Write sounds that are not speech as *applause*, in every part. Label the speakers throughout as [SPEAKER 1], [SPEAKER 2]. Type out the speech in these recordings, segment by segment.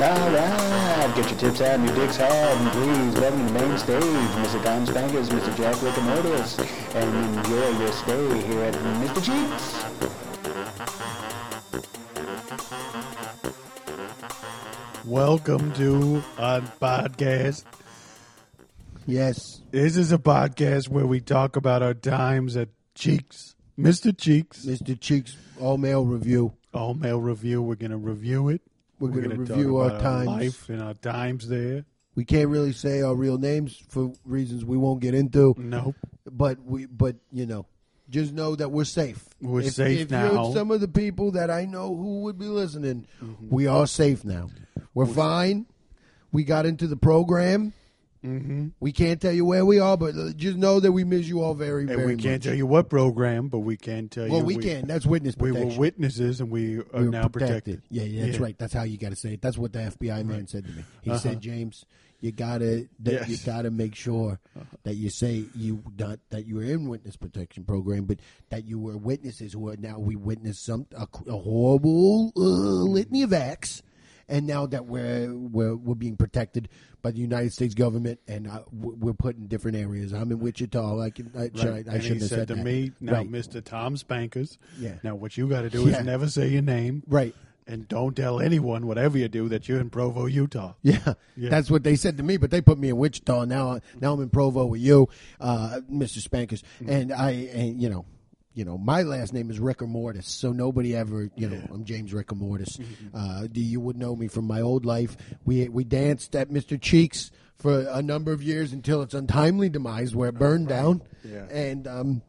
[SPEAKER 1] All right, get your tips out and your dicks hard, and please welcome to the main stage, Mr. Don Spankers, Mr. Jack Rickamortis, and enjoy your stay here at Mr. Cheeks.
[SPEAKER 2] Welcome to a podcast.
[SPEAKER 3] Yes.
[SPEAKER 2] This is a podcast where we talk about our times at Cheeks, Mr. Cheeks.
[SPEAKER 3] Mr. Cheeks All Mail Review.
[SPEAKER 2] All mail review. We're gonna review it.
[SPEAKER 3] We're
[SPEAKER 2] We're
[SPEAKER 3] going to
[SPEAKER 2] gonna talk
[SPEAKER 3] review our
[SPEAKER 2] about
[SPEAKER 3] times.
[SPEAKER 2] life and our times there.
[SPEAKER 3] We can't really say our real names for reasons we won't get into,
[SPEAKER 2] Nope.
[SPEAKER 3] but we but you know, just know that we're safe.
[SPEAKER 2] We're
[SPEAKER 3] If-
[SPEAKER 2] safe
[SPEAKER 3] if
[SPEAKER 2] now. Mm-hmm.
[SPEAKER 3] You're some of the people that I know who would be listening, we are safe now. We're fine. We got into the program. Mm-hmm. We can't tell you where we are, but uh, just know that we miss you all very,
[SPEAKER 2] And
[SPEAKER 3] very
[SPEAKER 2] we can't
[SPEAKER 3] much.
[SPEAKER 2] tell you what program, but we can tell
[SPEAKER 3] well,
[SPEAKER 2] you
[SPEAKER 3] we, can. That's witness
[SPEAKER 2] We
[SPEAKER 3] protection.
[SPEAKER 2] were witnesses, and we are
[SPEAKER 3] were
[SPEAKER 2] now protected.
[SPEAKER 3] Yeah, yeah, that's
[SPEAKER 2] Yeah. Uh-huh.
[SPEAKER 3] right. That's how you got to say it. That's what the FBI man said to me. He said, James, you gotta that you
[SPEAKER 2] Yes. Uh-huh.
[SPEAKER 3] gotta make sure that you say you not that you were in witness protection program, but that you were witnesses who are now we witnessed some a, a horrible uh, litany of acts. And now that we're, we're we're being protected by the United States government, and uh, w- we're put in different areas. I'm in Wichita. I can. I, should, I, I
[SPEAKER 2] and he
[SPEAKER 3] shouldn't have
[SPEAKER 2] said
[SPEAKER 3] said
[SPEAKER 2] to
[SPEAKER 3] that.
[SPEAKER 2] me, "Now,
[SPEAKER 3] right.
[SPEAKER 2] Mr. Tom Spankers.
[SPEAKER 3] Yeah.
[SPEAKER 2] Now, what you got to do
[SPEAKER 3] Yeah.
[SPEAKER 2] is never say your name,
[SPEAKER 3] right.
[SPEAKER 2] and don't tell anyone, whatever you do, that you're in Provo, Utah.
[SPEAKER 3] Yeah,
[SPEAKER 2] Yeah.
[SPEAKER 3] that's what they said to me. But they put me in Wichita. Now, now I'm in Provo with you, uh, Mr. Spankers,
[SPEAKER 2] Mm-hmm.
[SPEAKER 3] and I, and you know, you know, my last name is Ricker Mortis, so nobody ever, you know, I'm James Ricker Mortis.
[SPEAKER 2] Mm-hmm.
[SPEAKER 3] Uh, do- you would know me from my old life. We we danced at Mr. Cheeks for a number of years until its untimely demise, where it burned down,
[SPEAKER 2] Oh, Yeah.
[SPEAKER 3] and um,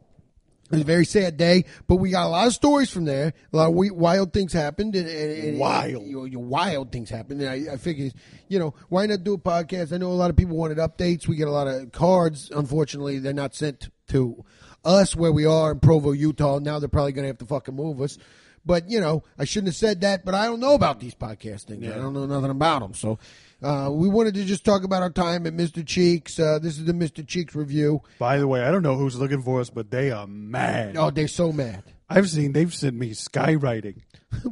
[SPEAKER 3] it was a very sad day, but we got a lot of stories from there. A lot of we, wild things happened. And, and, and-
[SPEAKER 2] Wild.
[SPEAKER 3] you, you wild things happened. And I, I figured, you know, why not do a podcast? I know a lot of people wanted updates. We get a lot of cards. Unfortunately, they're not sent to us where we are in Provo, Utah. Now they're probably going to have to fucking move us. But, you know, I shouldn't have said that, but I don't know about these podcast things. I don't know nothing about them. So uh, we wanted to just talk about our time at Mr. Cheeks. Uh, this is the Mr. Cheeks review.
[SPEAKER 2] By the way, I don't know who's looking for us, but they are mad.
[SPEAKER 3] Oh, they're so mad.
[SPEAKER 2] I've seen they've sent me skywriting.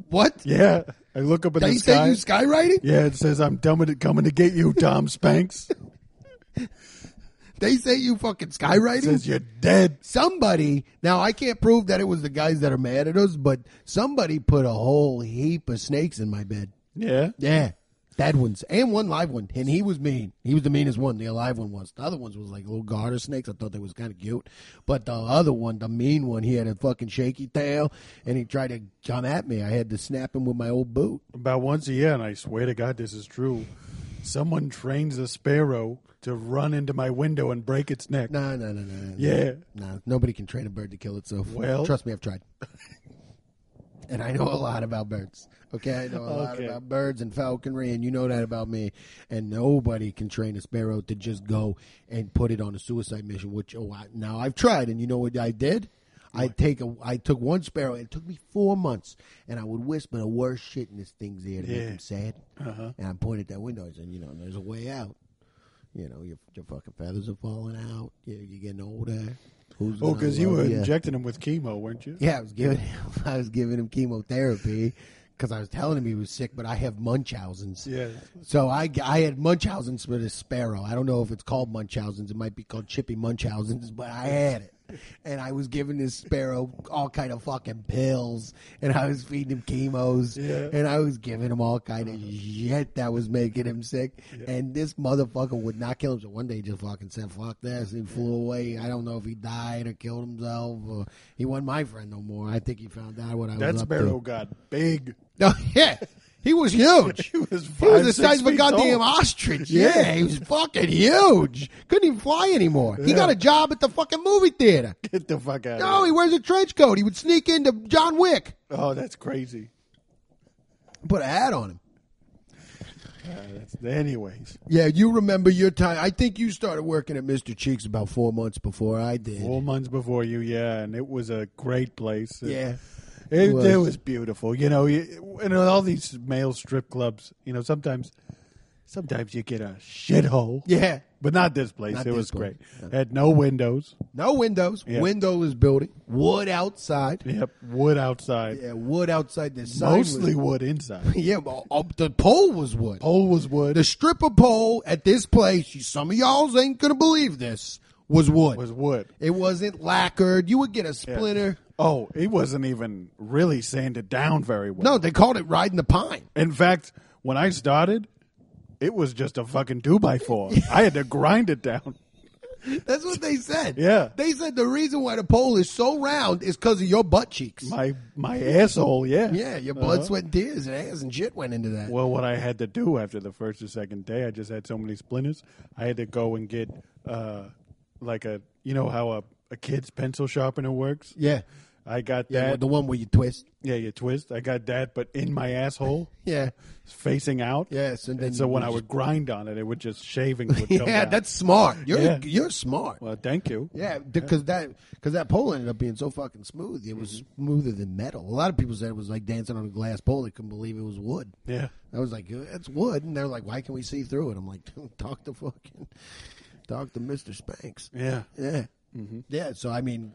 [SPEAKER 3] what?
[SPEAKER 2] Yeah, I look up in
[SPEAKER 3] They
[SPEAKER 2] the
[SPEAKER 3] say
[SPEAKER 2] sky.
[SPEAKER 3] you skywriting?
[SPEAKER 2] yeah, it says I'm coming to, coming to get you, Tom Spanks. it
[SPEAKER 3] They say you fucking *laughs* skywriting?
[SPEAKER 2] says you're dead.
[SPEAKER 3] somebody, now I can't prove that it was the guys that are mad at us, but somebody put a whole heap of snakes in my bed.
[SPEAKER 2] Yeah,
[SPEAKER 3] Yeah. Dead ones. And one live one. And he was mean. He was the meanest one. The alive one was. The other ones was like little garter snakes. I thought they was kind of cute. But the other one, the mean one, he had a fucking shaky tail and he tried to come at me. I had to snap him with my old boot.
[SPEAKER 2] about once a year, and I swear to God, this is true. Someone trains a sparrow to run into my window and break its neck.
[SPEAKER 3] No, no, no, no. no.
[SPEAKER 2] Yeah,
[SPEAKER 3] No, nobody can train a bird to kill itself.
[SPEAKER 2] Well-
[SPEAKER 3] trust me, I've tried. *laughs* and I know a lot about birds. Okay, I know a lot
[SPEAKER 2] Okay.
[SPEAKER 3] about birds and falconry, and you know that about me. And nobody can train a sparrow to just go and put it on a suicide mission. Which oh, I, now I've tried, and you know what I did? I take a, I took one sparrow. and It took me four months, and I would whisper the worst shit in this thing's ear to
[SPEAKER 2] Yeah. Uh-huh.
[SPEAKER 3] make him sad. And I pointed at that window and said, you know, there's a way out. You know, your your fucking feathers are falling out. You're, you're getting older. Who's
[SPEAKER 2] oh,
[SPEAKER 3] gonna
[SPEAKER 2] because you
[SPEAKER 3] love
[SPEAKER 2] were
[SPEAKER 3] ya?
[SPEAKER 2] injecting him with chemo, weren't you?
[SPEAKER 3] Yeah, I was giving him, *laughs* I was giving him chemotherapy because I was telling him he was sick, but I have Munchausen's.
[SPEAKER 2] Yeah.
[SPEAKER 3] So I, I had Munchausen's with a sparrow. I don't know if it's called Munchausen's. It might be called Chippy Munchausen's, but I had it. And I was giving this sparrow all kind of fucking pills, and I was feeding him chemos,
[SPEAKER 2] Yeah.
[SPEAKER 3] and I was giving him all kind of shit that was making him sick. And this motherfucker would not kill him. So one day he just fucking said, "Fuck this," and flew away. I don't know if he died or killed himself. Or he wasn't my friend no more. I think he found out what I
[SPEAKER 2] That
[SPEAKER 3] was up
[SPEAKER 2] sparrow
[SPEAKER 3] *laughs* to.
[SPEAKER 2] got big.
[SPEAKER 3] No, yeah, he was
[SPEAKER 2] *laughs*
[SPEAKER 3] huge.
[SPEAKER 2] He was,
[SPEAKER 3] He was
[SPEAKER 2] five,
[SPEAKER 3] the
[SPEAKER 2] six
[SPEAKER 3] size of a
[SPEAKER 2] feet
[SPEAKER 3] goddamn
[SPEAKER 2] tall.
[SPEAKER 3] ostrich. Yeah. he was fucking huge. Couldn't even fly anymore. He got a job at the fucking movie theater.
[SPEAKER 2] Get the fuck out!
[SPEAKER 3] No, he wears a trench coat. He would sneak into John Wick.
[SPEAKER 2] Oh, that's crazy.
[SPEAKER 3] Put a hat on him.
[SPEAKER 2] That's, anyways,
[SPEAKER 3] Yeah, you remember your time. I think you started working at Mr. Cheeks about four months before I did.
[SPEAKER 2] four months before you, yeah, and it was a great place.
[SPEAKER 3] yeah.
[SPEAKER 2] It,
[SPEAKER 3] It
[SPEAKER 2] it,
[SPEAKER 3] was.
[SPEAKER 2] was. beautiful. You know, you, and all these male strip clubs, you know, sometimes Sometimes you get a shithole.
[SPEAKER 3] Yeah.
[SPEAKER 2] But not this place.
[SPEAKER 3] Not
[SPEAKER 2] it
[SPEAKER 3] this
[SPEAKER 2] was
[SPEAKER 3] place.
[SPEAKER 2] great. Had no windows.
[SPEAKER 3] No windows.
[SPEAKER 2] Yeah.
[SPEAKER 3] Windowless building. Wood outside.
[SPEAKER 2] Yep. Wood outside.
[SPEAKER 3] Yeah, wood outside. The sign was-
[SPEAKER 2] Mostly wood inside.
[SPEAKER 3] *laughs* Yeah, well, uh, the pole was wood.
[SPEAKER 2] Pole was wood.
[SPEAKER 3] The stripper pole at this place, you- some of y'all's ain't gonna believe this, was wood.
[SPEAKER 2] was wood.
[SPEAKER 3] it wasn't lacquered. You would get a splinter.
[SPEAKER 2] Oh, it wasn't even really sanded down very well.
[SPEAKER 3] No, they called it riding the pine.
[SPEAKER 2] In fact, when I started, it was just a fucking two by
[SPEAKER 3] *laughs*
[SPEAKER 2] four. I had to grind it down.
[SPEAKER 3] That's what they said.
[SPEAKER 2] Yeah.
[SPEAKER 3] They said the reason why the pole is so round is because of your butt cheeks.
[SPEAKER 2] My my asshole, yeah.
[SPEAKER 3] yeah, your blood,
[SPEAKER 2] Uh-huh.
[SPEAKER 3] sweat, and tears and ass and shit went into that.
[SPEAKER 2] Well, what I had to do after the first or second day, I just had so many splinters. I had to go and get uh, like a you know how a, a kid's pencil sharpener works.
[SPEAKER 3] yeah.
[SPEAKER 2] I got
[SPEAKER 3] Yeah,
[SPEAKER 2] that.
[SPEAKER 3] the one where you twist.
[SPEAKER 2] Yeah, you twist. I got that, but in my asshole,
[SPEAKER 3] Yeah.
[SPEAKER 2] facing out.
[SPEAKER 3] Yes, and then
[SPEAKER 2] so
[SPEAKER 3] you
[SPEAKER 2] when
[SPEAKER 3] would
[SPEAKER 2] I would grind on it, it would just shaving would come
[SPEAKER 3] *laughs* Yeah,
[SPEAKER 2] down.
[SPEAKER 3] that's smart. You're
[SPEAKER 2] Yeah.
[SPEAKER 3] you're smart.
[SPEAKER 2] well, thank you.
[SPEAKER 3] Yeah, because that because that pole ended up being so fucking smooth. It was smoother than metal. A lot of people said it was like dancing on a glass pole. They couldn't believe it was wood.
[SPEAKER 2] Yeah.
[SPEAKER 3] I was like, it's wood, and they're like, why can we see through it? I'm like, talk to fucking talk to Mister Spanks.
[SPEAKER 2] Yeah.
[SPEAKER 3] Yeah,
[SPEAKER 2] Mm-hmm.
[SPEAKER 3] yeah. So I mean,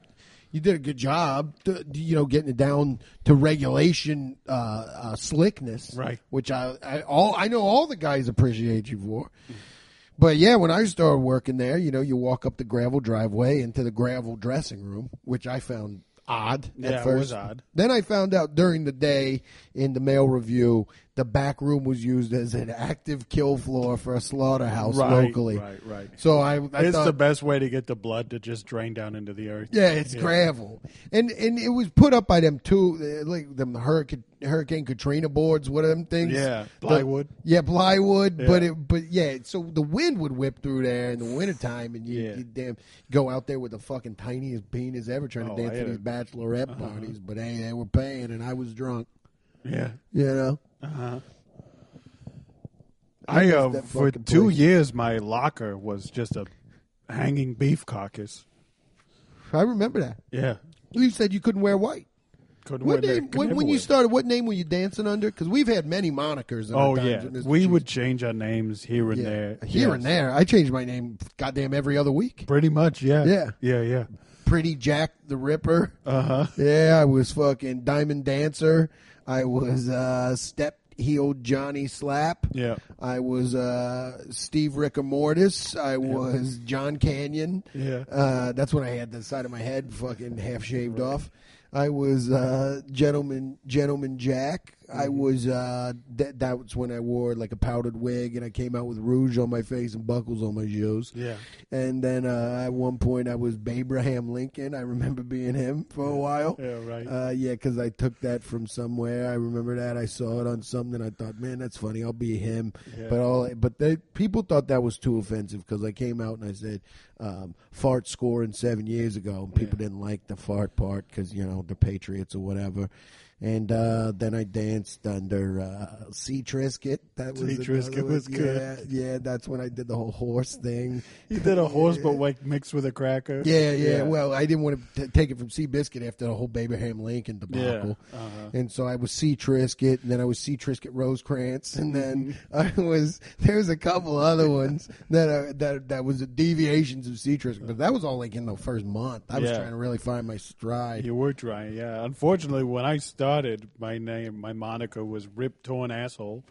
[SPEAKER 3] you did a good job, to, you know, getting it down to regulation uh, uh, slickness,
[SPEAKER 2] Right.
[SPEAKER 3] Which I, I all I know all the guys appreciate you for. But yeah, when I started working there, you know, you walk up the gravel driveway into the gravel dressing room, which I found odd
[SPEAKER 2] Yeah,
[SPEAKER 3] at
[SPEAKER 2] it
[SPEAKER 3] first.
[SPEAKER 2] was odd.
[SPEAKER 3] Then I found out during the day in the mail review, the back room was used as an active kill floor for a slaughterhouse
[SPEAKER 2] Right,
[SPEAKER 3] locally.
[SPEAKER 2] right, right.
[SPEAKER 3] So I, I
[SPEAKER 2] it's
[SPEAKER 3] thought,
[SPEAKER 2] the best way to get the blood to just drain down into the earth.
[SPEAKER 3] yeah, it's gravel, and and it was put up by them two, uh, like them hurricane Hurricane Katrina boards, what are them things?
[SPEAKER 2] Yeah,
[SPEAKER 3] The-
[SPEAKER 2] plywood.
[SPEAKER 3] yeah, plywood. But
[SPEAKER 2] Yeah.
[SPEAKER 3] it, but yeah, so the wind would whip through there in the wintertime, and you,
[SPEAKER 2] Yeah.
[SPEAKER 3] you damn go out there with the fucking tiniest penis ever trying
[SPEAKER 2] Oh,
[SPEAKER 3] to dance
[SPEAKER 2] I had
[SPEAKER 3] at these
[SPEAKER 2] a- Uh-huh.
[SPEAKER 3] bachelorette parties. But hey, they were paying, and I was drunk.
[SPEAKER 2] Yeah.
[SPEAKER 3] You know,
[SPEAKER 2] I uh,
[SPEAKER 3] that
[SPEAKER 2] for
[SPEAKER 3] fucking
[SPEAKER 2] two
[SPEAKER 3] place.
[SPEAKER 2] years my locker was just a hanging beef carcass.
[SPEAKER 3] I remember that.
[SPEAKER 2] Yeah.
[SPEAKER 3] You said you couldn't wear white.
[SPEAKER 2] Couldn't
[SPEAKER 3] What
[SPEAKER 2] wear that-
[SPEAKER 3] name,
[SPEAKER 2] could
[SPEAKER 3] when,
[SPEAKER 2] never
[SPEAKER 3] when
[SPEAKER 2] wear
[SPEAKER 3] you
[SPEAKER 2] that.
[SPEAKER 3] started, what name were you dancing under? Because we've had many monikers. In
[SPEAKER 2] Oh
[SPEAKER 3] our times
[SPEAKER 2] yeah,
[SPEAKER 3] in this
[SPEAKER 2] we would change our names here and
[SPEAKER 3] Yeah.
[SPEAKER 2] there.
[SPEAKER 3] Here
[SPEAKER 2] Yes.
[SPEAKER 3] and there. I change my name goddamn every other week.
[SPEAKER 2] Pretty much, yeah.
[SPEAKER 3] Yeah.
[SPEAKER 2] Yeah, yeah.
[SPEAKER 3] Pretty Jack the Ripper.
[SPEAKER 2] Uh-huh.
[SPEAKER 3] Yeah, I was fucking Diamond Dancer. I was uh Step Heeled Johnny Slap.
[SPEAKER 2] Yeah.
[SPEAKER 3] I was uh Steve Riccomortis. I was John Canyon.
[SPEAKER 2] Yeah.
[SPEAKER 3] Uh that's when I had the side of my head fucking half shaved off. I was uh gentleman gentleman Jack. I
[SPEAKER 2] Mm-hmm.
[SPEAKER 3] was uh that that was when I wore like a powdered wig and I came out with rouge on my face and buckles on my shoes.
[SPEAKER 2] Yeah.
[SPEAKER 3] And then uh, at one point I was Abraham Lincoln. I remember being him for a while.
[SPEAKER 2] Yeah, right.
[SPEAKER 3] Uh, yeah, because I took that from somewhere. I remember that. I saw it on something. I thought, man, that's funny. I'll be him.
[SPEAKER 2] Yeah.
[SPEAKER 3] But all, but they, people thought that was too offensive because I came out and I said um, fart scoring seven years ago, and people didn't like the fart part because you know the Patriots or whatever. And uh, then I danced under uh, C Trisket. That was
[SPEAKER 2] C.
[SPEAKER 3] another
[SPEAKER 2] Triscuit
[SPEAKER 3] one.
[SPEAKER 2] was good.
[SPEAKER 3] Yeah, yeah, that's when I did the whole horse thing.
[SPEAKER 2] He did a horse but like mixed with a cracker.
[SPEAKER 3] Yeah, yeah. Well, I didn't want to t- take it from Sea Biscuit after the whole Abraham Lincoln debacle,
[SPEAKER 2] Yeah, uh-huh.
[SPEAKER 3] and so I was Sea Triscuit, and then I was Sea Triscuit Rosecrans, and then
[SPEAKER 2] Mm-hmm.
[SPEAKER 3] *laughs* I was there was a couple other ones that I, that that was deviations of Sea Triscuit, but that was all like in the first month. I was
[SPEAKER 2] Yeah.
[SPEAKER 3] trying to really find my stride.
[SPEAKER 2] You were trying, yeah. Unfortunately, when I started, my name, my moniker was Rip Torn Asshole.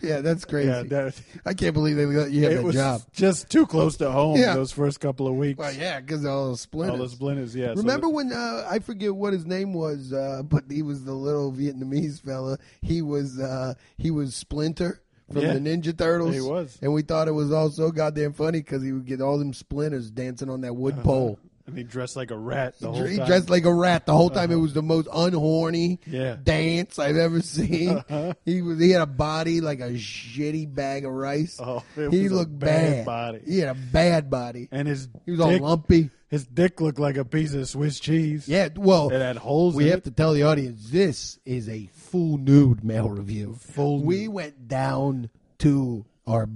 [SPEAKER 3] Yeah, that's crazy.
[SPEAKER 2] Yeah, that,
[SPEAKER 3] I can't believe they let you have
[SPEAKER 2] it
[SPEAKER 3] that
[SPEAKER 2] was
[SPEAKER 3] job.
[SPEAKER 2] just too close to home
[SPEAKER 3] Yeah.
[SPEAKER 2] those first couple of weeks.
[SPEAKER 3] Well, yeah, because all those splinters.
[SPEAKER 2] All those splinters, yeah. so
[SPEAKER 3] Remember
[SPEAKER 2] the-
[SPEAKER 3] when uh, I forget what his name was, uh, but he was the little Vietnamese fella. He was uh, he was Splinter from
[SPEAKER 2] Yeah.
[SPEAKER 3] the Ninja Turtles.
[SPEAKER 2] He was.
[SPEAKER 3] and we thought it was all so goddamn funny because he would get all them splinters dancing on that wood pole.
[SPEAKER 2] and he dressed like a rat Uh-huh. the whole
[SPEAKER 3] He
[SPEAKER 2] time. Uh-huh.
[SPEAKER 3] dressed like a rat the whole time. It was the most unhorny
[SPEAKER 2] Yeah. Uh-huh.
[SPEAKER 3] dance I've
[SPEAKER 2] *laughs*
[SPEAKER 3] ever seen. He was he had a body like a shitty bag of rice.
[SPEAKER 2] Oh, it
[SPEAKER 3] he
[SPEAKER 2] was a
[SPEAKER 3] looked
[SPEAKER 2] bad
[SPEAKER 3] bad.
[SPEAKER 2] body.
[SPEAKER 3] He had a bad body.
[SPEAKER 2] and his
[SPEAKER 3] he was all
[SPEAKER 2] dick,
[SPEAKER 3] lumpy.
[SPEAKER 2] His dick looked like a piece of Swiss cheese.
[SPEAKER 3] Yeah, well,
[SPEAKER 2] It had holes
[SPEAKER 3] We
[SPEAKER 2] in
[SPEAKER 3] have
[SPEAKER 2] it.
[SPEAKER 3] to tell the audience this is a full nude male review.
[SPEAKER 2] Full
[SPEAKER 3] We went down to our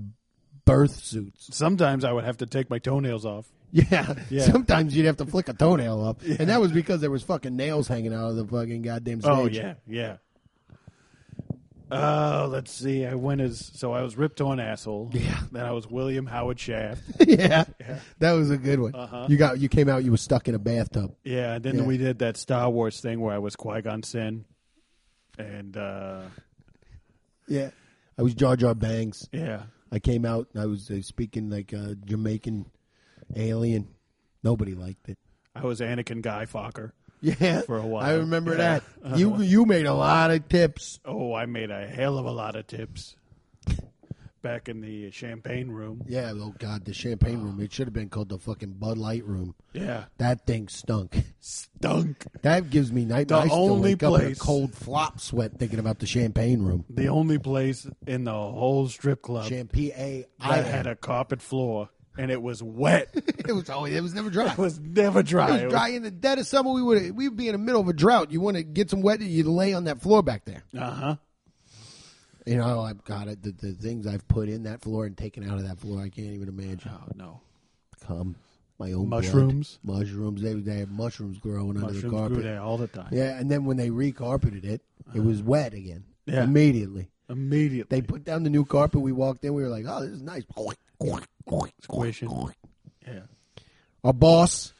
[SPEAKER 3] birth suits.
[SPEAKER 2] Sometimes I would have to take my toenails off.
[SPEAKER 3] *laughs* Yeah.
[SPEAKER 2] Yeah.
[SPEAKER 3] Sometimes you'd have to flick a toenail up, and that was Oh, because there was fucking nails hanging out of the fucking goddamn stage.
[SPEAKER 2] Oh yeah, yeah. Oh, let's see. I went as so I was ripped on asshole.
[SPEAKER 3] Yeah.
[SPEAKER 2] Then I was William Howard Shaft.
[SPEAKER 3] *laughs* *laughs* yeah. Uh-huh. that was a good one. You got you came out. You were stuck in a bathtub.
[SPEAKER 2] Yeah. And then
[SPEAKER 3] Yeah.
[SPEAKER 2] we did that Star Wars thing where I was Qui Gon Sin, and uh,
[SPEAKER 3] Yeah, I was Jar Jar Banks.
[SPEAKER 2] yeah,
[SPEAKER 3] I came out. and I was uh, speaking like a Jamaican alien. Nobody liked it.
[SPEAKER 2] I was Anakin Guy Fokker.
[SPEAKER 3] Yeah,
[SPEAKER 2] For a while.
[SPEAKER 3] I remember
[SPEAKER 2] Yeah. *laughs*
[SPEAKER 3] that. You you made a lot of tips.
[SPEAKER 2] Oh, I made a hell of a lot of tips back in the champagne room.
[SPEAKER 3] Yeah. Oh God, the champagne room. It should have been called the fucking Bud Light room.
[SPEAKER 2] Yeah,
[SPEAKER 3] That thing stunk. *laughs*
[SPEAKER 2] stunk.
[SPEAKER 3] That gives me night.
[SPEAKER 2] The
[SPEAKER 3] I still
[SPEAKER 2] only
[SPEAKER 3] wake up in a
[SPEAKER 2] place-
[SPEAKER 3] cold flop sweat thinking about the champagne room.
[SPEAKER 2] The only place in the whole strip club
[SPEAKER 3] Champagne. I
[SPEAKER 2] that had a carpet floor, and it was wet. it
[SPEAKER 3] *laughs* it was always it was
[SPEAKER 2] *laughs*
[SPEAKER 3] never dry.
[SPEAKER 2] was never
[SPEAKER 3] It
[SPEAKER 2] dry.
[SPEAKER 3] was dry in the dead of summer. We would we'd be in the middle of a drought. You want to get some wet? You lay on that floor back there.
[SPEAKER 2] Uh huh.
[SPEAKER 3] You know, I've got it. The, the things I've put in that floor and taken out of that floor, I can't even imagine.
[SPEAKER 2] Oh no.
[SPEAKER 3] Come, my own blood.
[SPEAKER 2] Mushrooms?
[SPEAKER 3] mushrooms. They they had mushrooms growing under the
[SPEAKER 2] Mushrooms
[SPEAKER 3] carpet.
[SPEAKER 2] grew there all the time.
[SPEAKER 3] Yeah, and then when they recarpeted it, it was wet again
[SPEAKER 2] Yeah.
[SPEAKER 3] immediately.
[SPEAKER 2] Immediately.
[SPEAKER 3] They put down the new carpet. We walked in. We were like, "Oh, this is nice."
[SPEAKER 2] Squishing. yeah.
[SPEAKER 3] Our boss,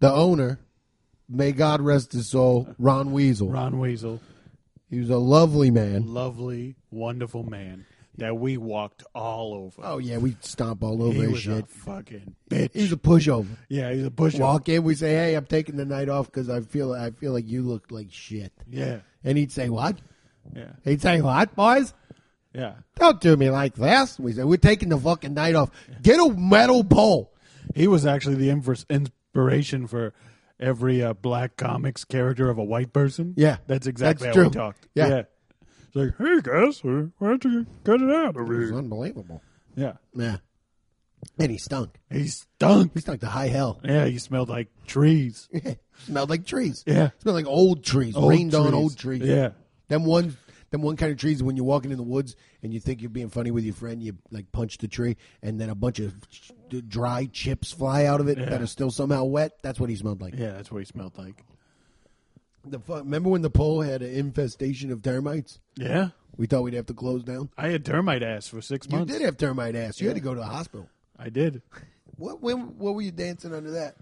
[SPEAKER 3] the owner, may God rest his soul, Ron Weasel.
[SPEAKER 2] Ron Weasel,
[SPEAKER 3] He was a lovely man.
[SPEAKER 2] lovely, wonderful man that we walked all over.
[SPEAKER 3] Oh yeah, we stomp all over
[SPEAKER 2] he
[SPEAKER 3] his
[SPEAKER 2] was a
[SPEAKER 3] shit.
[SPEAKER 2] fucking bitch.
[SPEAKER 3] He's a pushover.
[SPEAKER 2] yeah, he's a bush.
[SPEAKER 3] Walk in, we say, "Hey, I'm taking the night off because I feel I feel like you look like shit."
[SPEAKER 2] Yeah.
[SPEAKER 3] And he'd say, "What?"
[SPEAKER 2] Yeah.
[SPEAKER 3] He'd say, "What, boys?
[SPEAKER 2] Yeah.
[SPEAKER 3] Don't do me like this." We say, "We're taking the fucking night off. Get a metal pole."
[SPEAKER 2] He was actually the inverse inspiration for every uh, black comics character of a white person.
[SPEAKER 3] Yeah.
[SPEAKER 2] That's exactly
[SPEAKER 3] That's
[SPEAKER 2] how
[SPEAKER 3] true.
[SPEAKER 2] he talked.
[SPEAKER 3] Yeah.
[SPEAKER 2] It's like, hey guys, uh, why don't you cut it out over
[SPEAKER 3] It was
[SPEAKER 2] here?
[SPEAKER 3] unbelievable.
[SPEAKER 2] Yeah.
[SPEAKER 3] Yeah, and he stunk.
[SPEAKER 2] He stunk.
[SPEAKER 3] He stunk to high hell. *laughs*
[SPEAKER 2] Yeah, he smelled like trees.
[SPEAKER 3] Smelled like trees.
[SPEAKER 2] Yeah.
[SPEAKER 3] smelled like old trees.
[SPEAKER 2] Old
[SPEAKER 3] rained on
[SPEAKER 2] trees.
[SPEAKER 3] old trees.
[SPEAKER 2] Yeah.
[SPEAKER 3] Them one, them one kind of trees. When you're walking in the woods and you think you're being funny with your friend, you like punch the tree, and then a bunch of ch- dry chips fly out of it that are still somehow wet. That's what he smelled like.
[SPEAKER 2] Yeah, that's what he smelled like.
[SPEAKER 3] The fu- remember when the pole had an infestation of termites?
[SPEAKER 2] Yeah.
[SPEAKER 3] We thought we'd have to close down.
[SPEAKER 2] I had termite ass for six
[SPEAKER 3] You
[SPEAKER 2] months.
[SPEAKER 3] did have termite ass. You had to go to the hospital.
[SPEAKER 2] I did.
[SPEAKER 3] What? When? What were you dancing under that?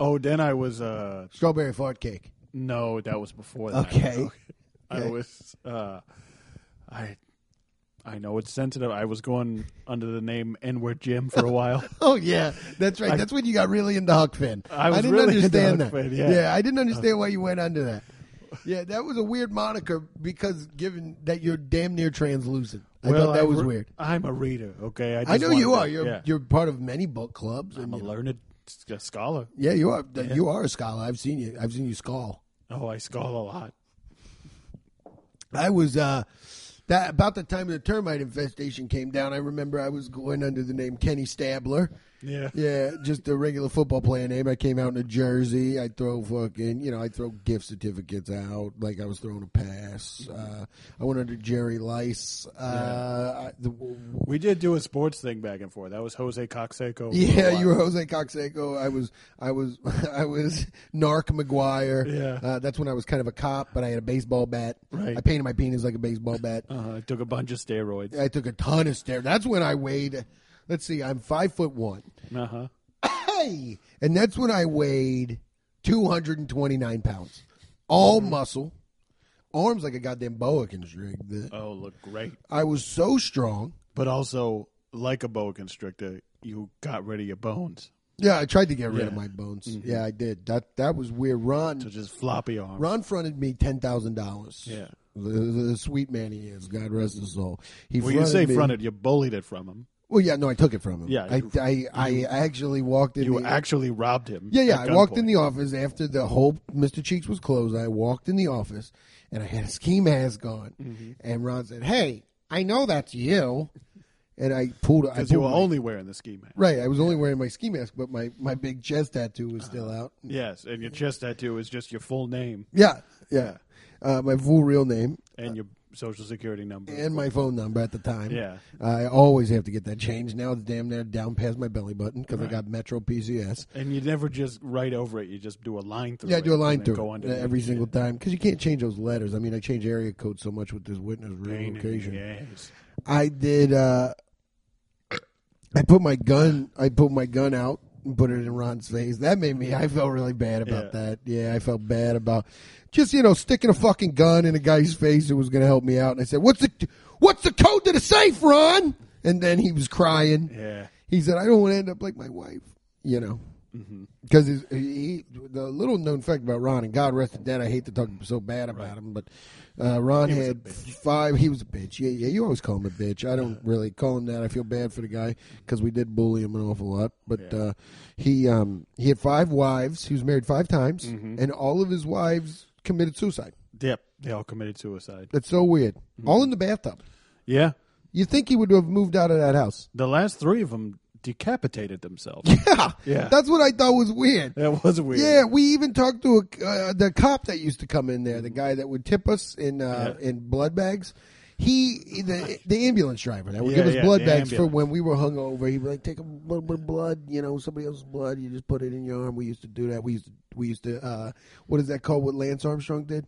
[SPEAKER 2] Oh, then I was uh
[SPEAKER 3] Strawberry fart cake.
[SPEAKER 2] no, that was before that.
[SPEAKER 3] Okay.
[SPEAKER 2] I was uh I I know it's sensitive. I was going under the name N word Jim for a while.
[SPEAKER 3] *laughs* Oh yeah, that's right. that's when you got really into Huck Finn.
[SPEAKER 2] I was
[SPEAKER 3] didn't
[SPEAKER 2] really into
[SPEAKER 3] understand
[SPEAKER 2] Huck
[SPEAKER 3] that.
[SPEAKER 2] Finn, yeah.
[SPEAKER 3] I didn't understand why you went
[SPEAKER 2] *laughs*
[SPEAKER 3] under that. Yeah, that was a weird moniker because given that you're damn near translucent, *laughs* I
[SPEAKER 2] Well,
[SPEAKER 3] thought that
[SPEAKER 2] I
[SPEAKER 3] was
[SPEAKER 2] re-
[SPEAKER 3] weird.
[SPEAKER 2] I'm a reader, okay?
[SPEAKER 3] I
[SPEAKER 2] just
[SPEAKER 3] know you
[SPEAKER 2] wanted
[SPEAKER 3] are.
[SPEAKER 2] to-
[SPEAKER 3] You're
[SPEAKER 2] yeah.
[SPEAKER 3] you're part of many book clubs.
[SPEAKER 2] I'm
[SPEAKER 3] And
[SPEAKER 2] a
[SPEAKER 3] you know-
[SPEAKER 2] learned s- scholar.
[SPEAKER 3] yeah, you are. You are a scholar. I've seen you. I've seen you skull.
[SPEAKER 2] Oh, I scowl a lot.
[SPEAKER 3] I was uh, that about the time the termite infestation came down. I remember I was going under the name Kenny Stabler.
[SPEAKER 2] Yeah.
[SPEAKER 3] Yeah, just a regular football player name. I came out in a jersey. I throw fucking, you know, I throw gift certificates out like I was throwing a pass. Uh, I went under Jerry Lice. Uh, I, the,
[SPEAKER 2] We did do a sports thing back and forth. That was Jose Coxeco. for a
[SPEAKER 3] yeah,
[SPEAKER 2] while.
[SPEAKER 3] you were Jose Coxeco. I was, I was, *laughs* I was Narc McGuire.
[SPEAKER 2] Yeah.
[SPEAKER 3] uh, that's when I was kind of a cop, but I had a baseball bat.
[SPEAKER 2] Right.
[SPEAKER 3] I painted my penis like a baseball bat.
[SPEAKER 2] Uh, I took a bunch of steroids.
[SPEAKER 3] I took a ton of stairs. That's when I weighed. Let's see, I'm five foot one.
[SPEAKER 2] Uh huh.
[SPEAKER 3] Hey, and that's when I weighed 229 pounds, all muscle, arms like a goddamn boa constrictor.
[SPEAKER 2] Oh, look great.
[SPEAKER 3] I was so strong.
[SPEAKER 2] But also, like a boa constrictor, you got rid of your bones.
[SPEAKER 3] Yeah, I tried to get rid of
[SPEAKER 2] Yeah. Mm-hmm.
[SPEAKER 3] my bones. Yeah, I did. That that was weird. Ron
[SPEAKER 2] So just floppy arms.
[SPEAKER 3] Ron fronted me ten thousand dollars.
[SPEAKER 2] Yeah.
[SPEAKER 3] The, the sweet man he is. God rest his soul. He
[SPEAKER 2] Well, you say
[SPEAKER 3] me-
[SPEAKER 2] fronted, you bullied it from him.
[SPEAKER 3] Well, yeah, no, I took it from him.
[SPEAKER 2] Yeah,
[SPEAKER 3] I
[SPEAKER 2] you-
[SPEAKER 3] I, I actually walked in.
[SPEAKER 2] You
[SPEAKER 3] the,
[SPEAKER 2] actually robbed him.
[SPEAKER 3] Yeah, yeah.
[SPEAKER 2] at
[SPEAKER 3] I walked in
[SPEAKER 2] gunpoint.
[SPEAKER 3] the office after the whole Mr. Cheeks was closed. I walked in the office and I had a ski mask on.
[SPEAKER 2] Mm-hmm.
[SPEAKER 3] And Ron said, Hey, I know that's you. And I pulled I
[SPEAKER 2] Because you
[SPEAKER 3] pulled
[SPEAKER 2] were
[SPEAKER 3] my-
[SPEAKER 2] only wearing the ski mask.
[SPEAKER 3] Right. I was only wearing my ski mask, but my, my big chest tattoo was still
[SPEAKER 2] Uh-huh.
[SPEAKER 3] out.
[SPEAKER 2] Yes, and your chest tattoo is just your full name
[SPEAKER 3] Yeah. Yeah. Uh, my full real name.
[SPEAKER 2] and your social security number.
[SPEAKER 3] and my phone number at the time.
[SPEAKER 2] Yeah.
[SPEAKER 3] I always have to get that changed. Now it's damn near down past my belly button because I got Metro PCS.
[SPEAKER 2] And you never just write over it. You just do a line through.
[SPEAKER 3] Yeah, I
[SPEAKER 2] it
[SPEAKER 3] do a line
[SPEAKER 2] and then
[SPEAKER 3] through
[SPEAKER 2] Go
[SPEAKER 3] it,
[SPEAKER 2] under
[SPEAKER 3] uh, every single time because you can't change those letters. I mean, I change area code so much with this witness relocation.
[SPEAKER 2] Yes.
[SPEAKER 3] I did. uh *coughs* I put my gun. I put my gun out and put it in Ron's face. That made me. I felt really bad about
[SPEAKER 2] Yeah.
[SPEAKER 3] that. Yeah, I felt bad about just you know sticking a fucking gun in a guy's face who was going to help me out. And I said, "What's the What's the code to the safe, Ron?" And then he was crying.
[SPEAKER 2] Yeah.
[SPEAKER 3] He said, "I don't want to end up like my wife," you know,
[SPEAKER 2] Mm-hmm.
[SPEAKER 3] because he, the little known fact about Ron and God rest his dead. I hate to talk so bad about him, but uh, Ron
[SPEAKER 2] was a
[SPEAKER 3] had five. He was a bitch. Yeah, yeah. You always call him a bitch. I don't really call him that. I feel bad for the guy because we did bully him an awful lot. But uh, he um, he had five wives. He was married five times,
[SPEAKER 2] Mm-hmm.
[SPEAKER 3] and all of his wives committed suicide.
[SPEAKER 2] Yep. They all committed suicide.
[SPEAKER 3] That's so weird.
[SPEAKER 2] Mm-hmm.
[SPEAKER 3] All in the bathtub.
[SPEAKER 2] Yeah.
[SPEAKER 3] You think he would have moved out of that house? *laughs*
[SPEAKER 2] The last three of them decapitated themselves.
[SPEAKER 3] Yeah,
[SPEAKER 2] Yeah.
[SPEAKER 3] That's what I thought was weird.
[SPEAKER 2] that was weird.
[SPEAKER 3] Yeah, we even talked to a, uh, the cop that used to come in there, the guy that would tip us in uh,
[SPEAKER 2] Yeah.
[SPEAKER 3] in blood bags. He the the ambulance driver that would
[SPEAKER 2] Yeah,
[SPEAKER 3] give us
[SPEAKER 2] yeah,
[SPEAKER 3] blood
[SPEAKER 2] the
[SPEAKER 3] bags for
[SPEAKER 2] ambulance.
[SPEAKER 3] when we were hungover. He'd be like, "Take a little bit of blood, you know, somebody else's blood. You just put it in your arm." We used to do that. We used to, we used to uh, what is that called? What Lance Armstrong did?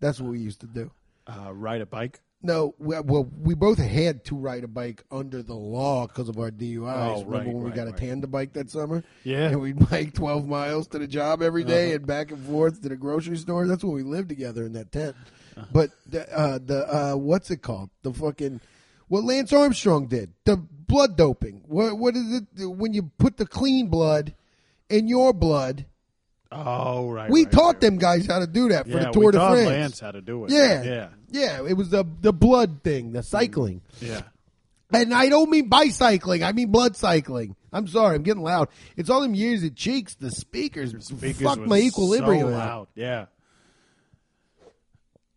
[SPEAKER 3] That's what we used to do.
[SPEAKER 2] Uh, ride a bike.
[SPEAKER 3] No, we, well, we both had to ride a bike under the law because of our DUIs.
[SPEAKER 2] Oh,
[SPEAKER 3] Remember
[SPEAKER 2] right,
[SPEAKER 3] when we
[SPEAKER 2] right,
[SPEAKER 3] got a
[SPEAKER 2] right.
[SPEAKER 3] tandem bike that summer?
[SPEAKER 2] Yeah. Uh-huh.
[SPEAKER 3] and we'd bike twelve miles to the job every day and back and forth to the grocery store. That's when we lived together in that tent.
[SPEAKER 2] Uh-huh.
[SPEAKER 3] But the uh, the uh, what's it called? The fucking what Lance Armstrong did? The blood doping. What what is it when you put the clean blood in your blood?
[SPEAKER 2] Oh, right.
[SPEAKER 3] We
[SPEAKER 2] right,
[SPEAKER 3] taught
[SPEAKER 2] right.
[SPEAKER 3] them guys how to do that for
[SPEAKER 2] Yeah,
[SPEAKER 3] the Tour
[SPEAKER 2] we
[SPEAKER 3] de
[SPEAKER 2] taught
[SPEAKER 3] France.
[SPEAKER 2] Lance how to do it.
[SPEAKER 3] Yeah.
[SPEAKER 2] Yeah.
[SPEAKER 3] Yeah, it was the the blood thing, the cycling.
[SPEAKER 2] Yeah.
[SPEAKER 3] And I don't mean bicycling, I mean blood cycling. I'm sorry, I'm getting loud. It's all them years at cheeks, the speakers,
[SPEAKER 2] Speakers
[SPEAKER 3] fuck
[SPEAKER 2] was
[SPEAKER 3] my
[SPEAKER 2] So
[SPEAKER 3] equilibrium. out.
[SPEAKER 2] loud. Yeah.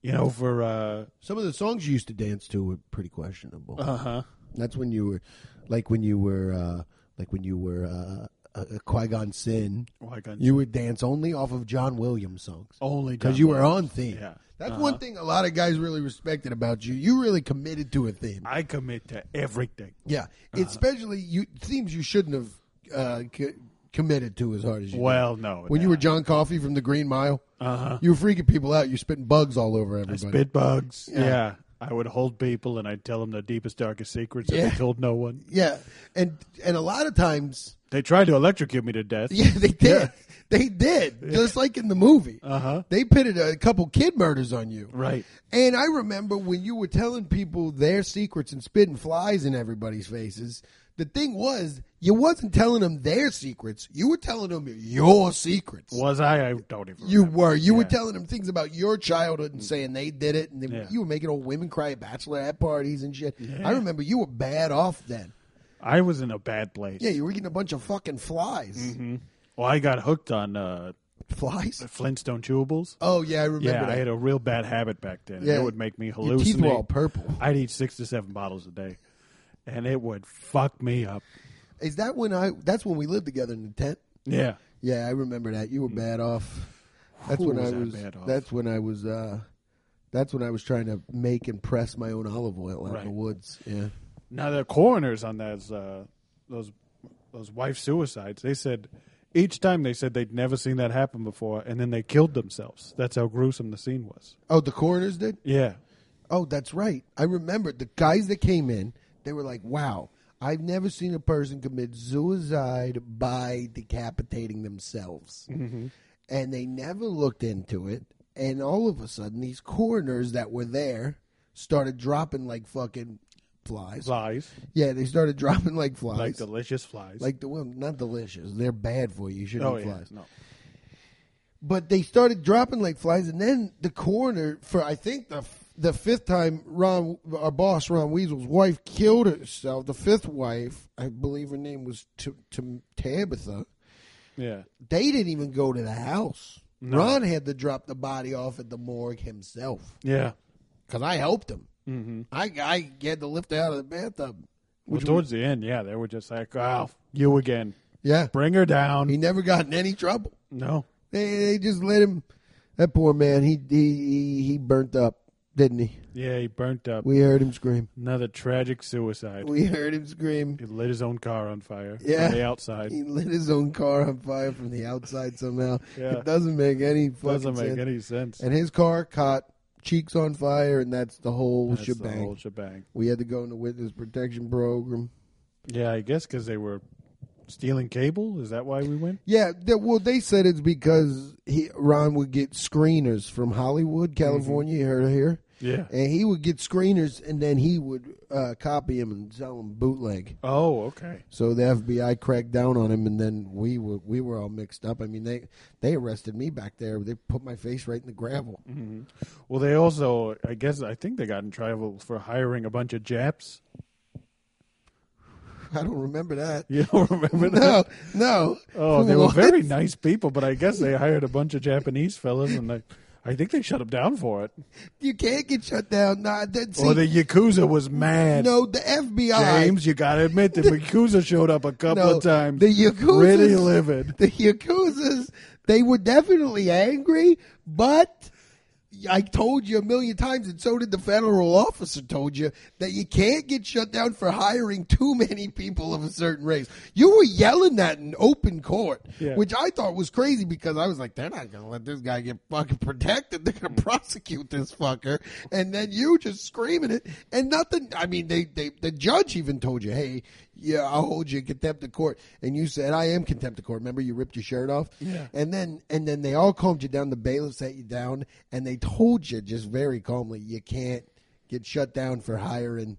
[SPEAKER 2] You know, for uh
[SPEAKER 3] Some of the songs you used to dance to were pretty questionable.
[SPEAKER 2] huh.
[SPEAKER 3] That's when you were like when you were uh like when you were uh uh, Qui-Gon Sin.
[SPEAKER 2] Qui-Gon
[SPEAKER 3] You would dance only off of John Williams songs.
[SPEAKER 2] Only
[SPEAKER 3] because
[SPEAKER 2] John
[SPEAKER 3] you were on theme.
[SPEAKER 2] Yeah. Uh-huh.
[SPEAKER 3] That's one thing a lot of guys really respected about you. You really committed to a theme.
[SPEAKER 2] I commit to everything.
[SPEAKER 3] Yeah,
[SPEAKER 2] Uh-huh.
[SPEAKER 3] especially you themes you shouldn't have uh, c- committed to as hard as you.
[SPEAKER 2] Well,
[SPEAKER 3] did.
[SPEAKER 2] no.
[SPEAKER 3] when you were John Coffey from the Green Mile,
[SPEAKER 2] Uh-huh.
[SPEAKER 3] you were freaking people out. You're spitting bugs all over everybody.
[SPEAKER 2] spit bugs.
[SPEAKER 3] Yeah.
[SPEAKER 2] Yeah. I would hold people and I'd tell them their deepest, darkest secrets
[SPEAKER 3] Yeah.
[SPEAKER 2] and they told no one.
[SPEAKER 3] yeah, and and a lot of times, *laughs*
[SPEAKER 2] They tried to electrocute me to death.
[SPEAKER 3] yeah, they did, they did, just like in the movie.
[SPEAKER 2] Uh-huh.
[SPEAKER 3] They pitted a couple kid murders on you,
[SPEAKER 2] Right.
[SPEAKER 3] And I remember when you were telling people their secrets and spitting flies in everybody's faces. The thing was, you wasn't telling them their secrets. You were telling them your secrets.
[SPEAKER 2] Was I? I don't even
[SPEAKER 3] You
[SPEAKER 2] remember.
[SPEAKER 3] were. You were
[SPEAKER 2] Yeah. Mm.
[SPEAKER 3] telling them things about your childhood and saying they did it, and then
[SPEAKER 2] Yeah.
[SPEAKER 3] you were making old women cry at bachelorette parties and shit.
[SPEAKER 2] Yeah.
[SPEAKER 3] I remember you were bad off then.
[SPEAKER 2] I was in a bad place.
[SPEAKER 3] Yeah, you were getting a bunch of fucking flies.
[SPEAKER 2] Mm-hmm. Well, I got hooked on uh,
[SPEAKER 3] Flies?
[SPEAKER 2] Flintstone chewables.
[SPEAKER 3] Oh yeah, I remember
[SPEAKER 2] yeah,
[SPEAKER 3] that.
[SPEAKER 2] I had a real bad habit back then.
[SPEAKER 3] Yeah.
[SPEAKER 2] It would make me hallucinate.
[SPEAKER 3] Your teeth were all purple.
[SPEAKER 2] I'd eat six to seven bottles a day, and it would fuck me up.
[SPEAKER 3] Is that when I? That's when we lived together in the tent.
[SPEAKER 2] Yeah.
[SPEAKER 3] Yeah, I remember that. You were bad off. That's
[SPEAKER 2] Mm. Who
[SPEAKER 3] when
[SPEAKER 2] was
[SPEAKER 3] I
[SPEAKER 2] I
[SPEAKER 3] was.
[SPEAKER 2] bad off?
[SPEAKER 3] That's when I was. uh That's when I was trying to make and press my own olive oil out in
[SPEAKER 2] Right.
[SPEAKER 3] the woods. Yeah.
[SPEAKER 2] Now the coroners on those uh, those those wife suicides, they said each time they said they'd never seen that happen before, and then they killed themselves. That's how gruesome the scene was.
[SPEAKER 3] Oh, the coroners did.
[SPEAKER 2] Yeah,
[SPEAKER 3] Oh, that's right. I remember the guys that came in, they were like, wow, I've never seen a person commit suicide by decapitating themselves.
[SPEAKER 2] Mm-hmm.
[SPEAKER 3] And they never looked into it. And all of a sudden, these coroners that were there started dropping like fucking flies.
[SPEAKER 2] flies
[SPEAKER 3] Yeah, they started *laughs* dropping like flies.
[SPEAKER 2] like delicious flies.
[SPEAKER 3] like the women, not delicious. They're bad for you. You shouldn't
[SPEAKER 2] oh
[SPEAKER 3] eat
[SPEAKER 2] yeah,
[SPEAKER 3] flies
[SPEAKER 2] no,
[SPEAKER 3] but they started dropping like flies. And then the coroner, for I think the the fifth time, Ron, our boss Ron Weasel's wife killed herself. The fifth wife, I believe her name was T- T- Tabitha.
[SPEAKER 2] yeah.
[SPEAKER 3] They didn't even go to the house. Ron had to drop the body off at the morgue himself
[SPEAKER 2] Yeah.
[SPEAKER 3] because I helped him. Mm-hmm. I I had to lift her out of the bathtub.
[SPEAKER 2] Well, towards the end, yeah, they were just like, "Oh, you again?
[SPEAKER 3] Yeah,
[SPEAKER 2] Bring her down."
[SPEAKER 3] he never got in any trouble.
[SPEAKER 2] no,
[SPEAKER 3] They, they just let him. That poor man. He he he, he burnt up. didn't he?
[SPEAKER 2] Yeah, he burnt up.
[SPEAKER 3] We heard
[SPEAKER 2] *laughs*
[SPEAKER 3] him scream.
[SPEAKER 2] Another tragic suicide.
[SPEAKER 3] We heard him scream.
[SPEAKER 2] He lit his own car on fire.
[SPEAKER 3] Yeah.
[SPEAKER 2] From the outside.
[SPEAKER 3] *laughs* He lit his own car on fire from the outside somehow.
[SPEAKER 2] *laughs* Yeah.
[SPEAKER 3] It doesn't make any fucking
[SPEAKER 2] Doesn't make
[SPEAKER 3] sense.
[SPEAKER 2] any sense.
[SPEAKER 3] And his car caught cheeks on fire, and that's the whole
[SPEAKER 2] That's
[SPEAKER 3] shebang.
[SPEAKER 2] the whole shebang.
[SPEAKER 3] we had to go into witness protection program.
[SPEAKER 2] Yeah, I guess because they were stealing cable. Is that why we went?
[SPEAKER 3] Yeah, they, well, they said it's because he, Ron would get screeners from
[SPEAKER 2] Mm-hmm.
[SPEAKER 3] Hollywood, California. You heard it here,
[SPEAKER 2] Yeah.
[SPEAKER 3] and he would get screeners, and then he would uh, copy them and sell them bootleg.
[SPEAKER 2] Oh, okay.
[SPEAKER 3] So the FBI cracked down on him, and then we were we were all mixed up. I mean, they they arrested me back there. They put my face right in the gravel.
[SPEAKER 2] Well, they also, I guess, I think they got in trouble for hiring a bunch of Japs. *laughs*
[SPEAKER 3] *laughs* I don't remember that.
[SPEAKER 2] Mm-hmm. You don't remember that?
[SPEAKER 3] No, no.
[SPEAKER 2] Oh, they were
[SPEAKER 3] *laughs* What?
[SPEAKER 2] very nice people, but I guess they hired a bunch of Japanese fellas, and they, I think they shut them down for it.
[SPEAKER 3] You can't get shut down. No, I didn't see.
[SPEAKER 2] or the yakuza was mad.
[SPEAKER 3] no, the FBI.
[SPEAKER 2] James, you gotta admit
[SPEAKER 3] *laughs*
[SPEAKER 2] the yakuza showed up a couple
[SPEAKER 3] No,
[SPEAKER 2] of times.
[SPEAKER 3] the Yakuza-
[SPEAKER 2] really livid.
[SPEAKER 3] the Yakuza's, they were definitely angry, but I told you a million times, and so did the federal officer told you, that you can't get shut down for hiring too many people of a certain race. You were yelling that in open court,
[SPEAKER 2] Yeah.
[SPEAKER 3] which I thought was crazy because I was like, they're not going to let this guy get fucking protected. They're going to prosecute this fucker. And then you just screaming it and nothing. I mean, they, they, the judge even told you, hey, yeah, I'll hold you in contempt of court. And you said, I am contempt of court. Remember you ripped your shirt off?
[SPEAKER 2] Yeah.
[SPEAKER 3] And then, and then they all calmed you down. The bailiff sat you down and they told you just very calmly, you can't get shut down for hiring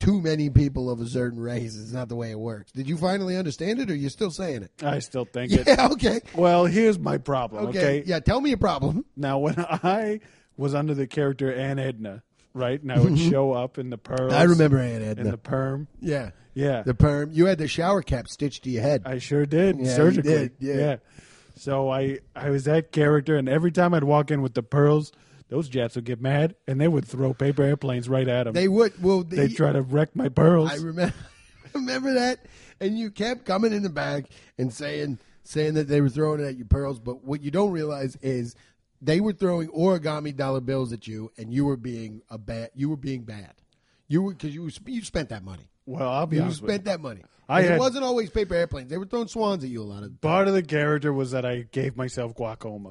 [SPEAKER 3] too many people of a certain race. It's not the way it works. Did you finally understand it or you're still saying it?
[SPEAKER 2] I still think it.
[SPEAKER 3] *laughs* Yeah, okay.
[SPEAKER 2] Well, here's my problem.
[SPEAKER 3] Okay.
[SPEAKER 2] Okay.
[SPEAKER 3] Yeah, tell me a problem.
[SPEAKER 2] Now, when *laughs* I was under the character Ann Edna, right? And I would show up in the perm.
[SPEAKER 3] Mm-hmm. I remember Aunt
[SPEAKER 2] in
[SPEAKER 3] Edna.
[SPEAKER 2] the perm.
[SPEAKER 3] yeah.
[SPEAKER 2] Yeah,
[SPEAKER 3] The perm. You had the shower cap stitched to your head.
[SPEAKER 2] I sure did
[SPEAKER 3] Yeah, you
[SPEAKER 2] surgically.
[SPEAKER 3] did, yeah.
[SPEAKER 2] So I I was that character, and every time I'd walk in with the pearls, those Japs would get mad, and they would throw paper airplanes right at them.
[SPEAKER 3] they would. Well,
[SPEAKER 2] They
[SPEAKER 3] the-
[SPEAKER 2] try to wreck my pearls.
[SPEAKER 3] I remember *laughs* remember that, and you kept coming in the back and saying saying that they were throwing it at your pearls. But what you don't realize is they were throwing origami dollar bills at you, and you were being a bad. You were being bad. You were because you were, sp- you spent that money.
[SPEAKER 2] well, I'll be
[SPEAKER 3] You
[SPEAKER 2] honest with you.
[SPEAKER 3] spent that money.
[SPEAKER 2] I
[SPEAKER 3] And it
[SPEAKER 2] had-
[SPEAKER 3] wasn't always paper airplanes. They were throwing swans at you a lot of. *laughs*
[SPEAKER 2] Part of the character was that I gave myself glaucoma.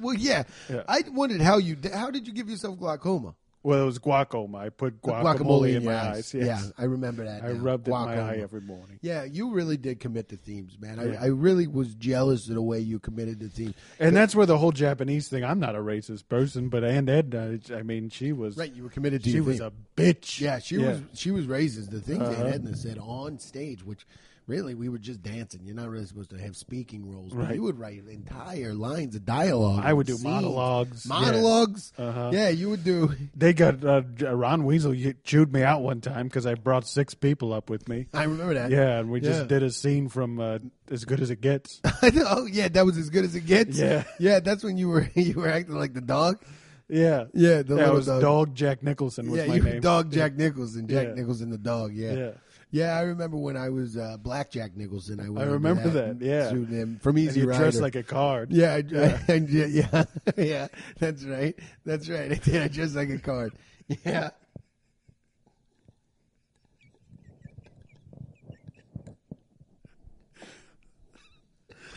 [SPEAKER 3] well, yeah.
[SPEAKER 2] Yeah.
[SPEAKER 3] I wondered how you. di- How did you give yourself glaucoma?
[SPEAKER 2] well, it was glaucoma. I put
[SPEAKER 3] The
[SPEAKER 2] guacamole, in,
[SPEAKER 3] your
[SPEAKER 2] my eyes.
[SPEAKER 3] Yeah,
[SPEAKER 2] Yes.
[SPEAKER 3] I remember that.
[SPEAKER 2] I
[SPEAKER 3] now.
[SPEAKER 2] rubbed it in my
[SPEAKER 3] Glaucoma.
[SPEAKER 2] eye every morning.
[SPEAKER 3] Yeah, you really did commit to themes, man. I,
[SPEAKER 2] Yeah.
[SPEAKER 3] I really was jealous of the way you committed to themes.
[SPEAKER 2] And that's where the whole Japanese thing. I'm not a racist person, but Aunt Edna, I mean, she was
[SPEAKER 3] Right, you were committed to
[SPEAKER 2] she
[SPEAKER 3] your
[SPEAKER 2] was
[SPEAKER 3] theme.
[SPEAKER 2] a bitch. Uh-huh.
[SPEAKER 3] Yeah, she was she was raises the things that Edna said on stage, which really we were just dancing. You're not really supposed to have speaking roles, but
[SPEAKER 2] Right.
[SPEAKER 3] you would write entire lines of dialogue.
[SPEAKER 2] I would
[SPEAKER 3] and
[SPEAKER 2] do monologues, yeah. Uh-huh.
[SPEAKER 3] Monologues. Yeah. you would do.
[SPEAKER 2] They got uh, J- Ron Weasel y- chewed me out one time because I brought six people up with me.
[SPEAKER 3] I remember that. *laughs*
[SPEAKER 2] Yeah, and we just
[SPEAKER 3] Yeah.
[SPEAKER 2] did a scene from uh, As Good as It Gets.
[SPEAKER 3] oh yeah, that was as good as it gets.
[SPEAKER 2] Yeah.
[SPEAKER 3] yeah, that's when you were *laughs* you were acting like the dog.
[SPEAKER 2] Yeah,
[SPEAKER 3] Yeah, the
[SPEAKER 2] that
[SPEAKER 3] little
[SPEAKER 2] was
[SPEAKER 3] dog.
[SPEAKER 2] dog. Jack Nicholson was
[SPEAKER 3] yeah,
[SPEAKER 2] my
[SPEAKER 3] you
[SPEAKER 2] name.
[SPEAKER 3] dog Jack Nicholson, Jack
[SPEAKER 2] Yeah.
[SPEAKER 3] Nicholson the dog. Yeah. yeah,
[SPEAKER 2] Yeah.
[SPEAKER 3] I remember when I was uh, Black Jack Nicholson. I, went
[SPEAKER 2] I
[SPEAKER 3] under
[SPEAKER 2] remember that. Yeah,
[SPEAKER 3] pseudonym from
[SPEAKER 2] And
[SPEAKER 3] Easy
[SPEAKER 2] you
[SPEAKER 3] Rider.
[SPEAKER 2] dressed like a card.
[SPEAKER 3] yeah, I, yeah. *laughs* I, yeah, yeah, yeah. That's right. That's right. I did. I dressed like a card. *laughs* Yeah.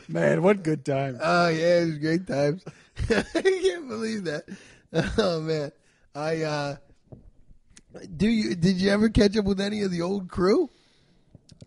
[SPEAKER 2] man, what good time.
[SPEAKER 3] Oh yeah, it was great times. *laughs* I can't believe that. *laughs* Oh man, I uh, do you did you ever catch up with any of the old crew?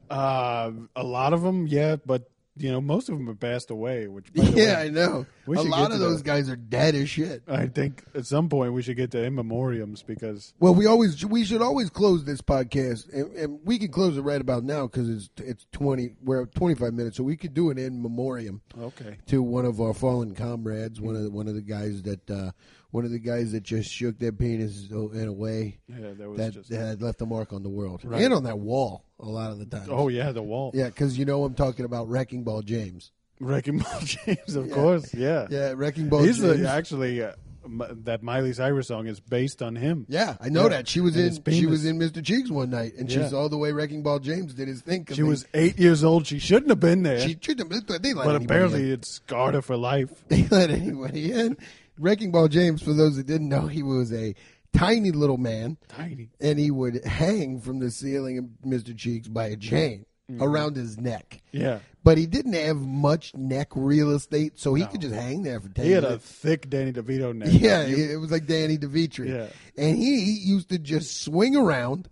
[SPEAKER 2] Uh, a lot of them, yeah, but you know, most of them have passed away. Which, by the
[SPEAKER 3] *laughs* Yeah,
[SPEAKER 2] way,
[SPEAKER 3] I know.
[SPEAKER 2] we
[SPEAKER 3] a
[SPEAKER 2] should
[SPEAKER 3] lot
[SPEAKER 2] get
[SPEAKER 3] of
[SPEAKER 2] to
[SPEAKER 3] those
[SPEAKER 2] that.
[SPEAKER 3] guys are dead as shit.
[SPEAKER 2] I think at some point we should get to in memoriams because
[SPEAKER 3] Well, we always we should always close this podcast, and, and we can close it right about now because it's it's twenty we're twenty five minutes, so we could do an in memoriam
[SPEAKER 2] okay,
[SPEAKER 3] to one of our fallen comrades, one of the, one of the guys that uh, one of the guys that just shook their penis in a way
[SPEAKER 2] yeah, there was
[SPEAKER 3] that
[SPEAKER 2] just
[SPEAKER 3] had left a mark on the world
[SPEAKER 2] Right.
[SPEAKER 3] and on that wall a lot of the time.
[SPEAKER 2] oh yeah, the wall, *laughs*
[SPEAKER 3] yeah, because you know I'm talking about Wrecking Ball James.
[SPEAKER 2] Wrecking Ball James, of course, yeah,
[SPEAKER 3] Yeah, Wrecking Ball
[SPEAKER 2] He's
[SPEAKER 3] James.
[SPEAKER 2] the, actually uh, m- that Miley Cyrus song is based on him.
[SPEAKER 3] yeah, I know
[SPEAKER 2] Yeah.
[SPEAKER 3] that she was
[SPEAKER 2] And his
[SPEAKER 3] in she
[SPEAKER 2] penis.
[SPEAKER 3] was in Mr. Cheeks one night, and
[SPEAKER 2] Yeah.
[SPEAKER 3] she's all the way Wrecking Ball James did his thing. 'cause
[SPEAKER 2] She
[SPEAKER 3] they-
[SPEAKER 2] was eight years old. She shouldn't have been there,
[SPEAKER 3] She treated them. They let
[SPEAKER 2] but
[SPEAKER 3] anybody
[SPEAKER 2] apparently
[SPEAKER 3] in. *laughs*
[SPEAKER 2] it scarred her for life.
[SPEAKER 3] they let anybody in. Wrecking Ball James, for those that didn't know, he was a tiny little man,
[SPEAKER 2] Tiny.
[SPEAKER 3] and he would hang from the ceiling of Mr. Cheeks by a chain around his neck.
[SPEAKER 2] Yeah.
[SPEAKER 3] But he didn't have much neck real estate, so he could just hang there for 10
[SPEAKER 2] He had a
[SPEAKER 3] minutes.
[SPEAKER 2] thick Danny DeVito neck.
[SPEAKER 3] Yeah, it was like Danny DeVitri.
[SPEAKER 2] Yeah.
[SPEAKER 3] And he used to just swing around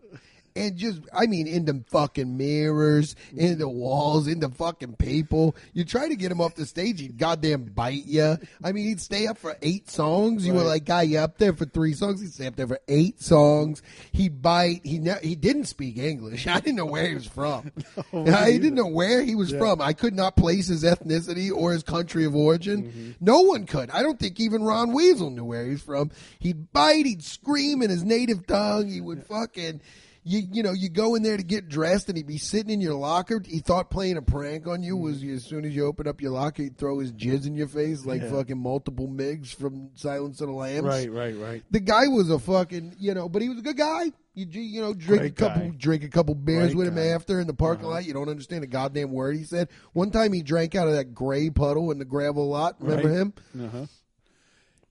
[SPEAKER 3] and just, I mean, into fucking mirrors, into walls, into fucking people. You try to get him off the stage, he'd goddamn bite you. I mean, he'd stay up for eight songs. You were
[SPEAKER 2] Right.
[SPEAKER 3] like, guy, you up there for three songs? He'd stay up there for eight songs. He'd bite. He ne- he didn't speak English. *laughs* I didn't know where he
[SPEAKER 2] *laughs*
[SPEAKER 3] was from.
[SPEAKER 2] me
[SPEAKER 3] I
[SPEAKER 2] neither.
[SPEAKER 3] didn't know where he was from. I could not place his ethnicity or his country of origin.
[SPEAKER 2] Mm-hmm.
[SPEAKER 3] No one could. I don't think even Ron Weasel knew where he was from. He'd bite, he'd scream in his native tongue, he would fucking you, you know, you go in there to get dressed and he'd be sitting in your locker. He thought playing a prank on you was as soon as you open up your locker, he'd throw his jizz in your face like
[SPEAKER 2] Mm-hmm. Yeah.
[SPEAKER 3] fucking multiple MIGs from Silence of the Lambs.
[SPEAKER 2] Right, right, right.
[SPEAKER 3] The guy was a fucking, you know, but he was a good guy. You dr- you know, drink
[SPEAKER 2] Great
[SPEAKER 3] a couple
[SPEAKER 2] guy.
[SPEAKER 3] drink a couple beers
[SPEAKER 2] Great
[SPEAKER 3] with him
[SPEAKER 2] guy. Uh-huh.
[SPEAKER 3] after in the parking lot. You don't understand a goddamn word he said. One time he drank out of that gray puddle in the gravel lot. Remember
[SPEAKER 2] Right.
[SPEAKER 3] him?
[SPEAKER 2] Uh-huh.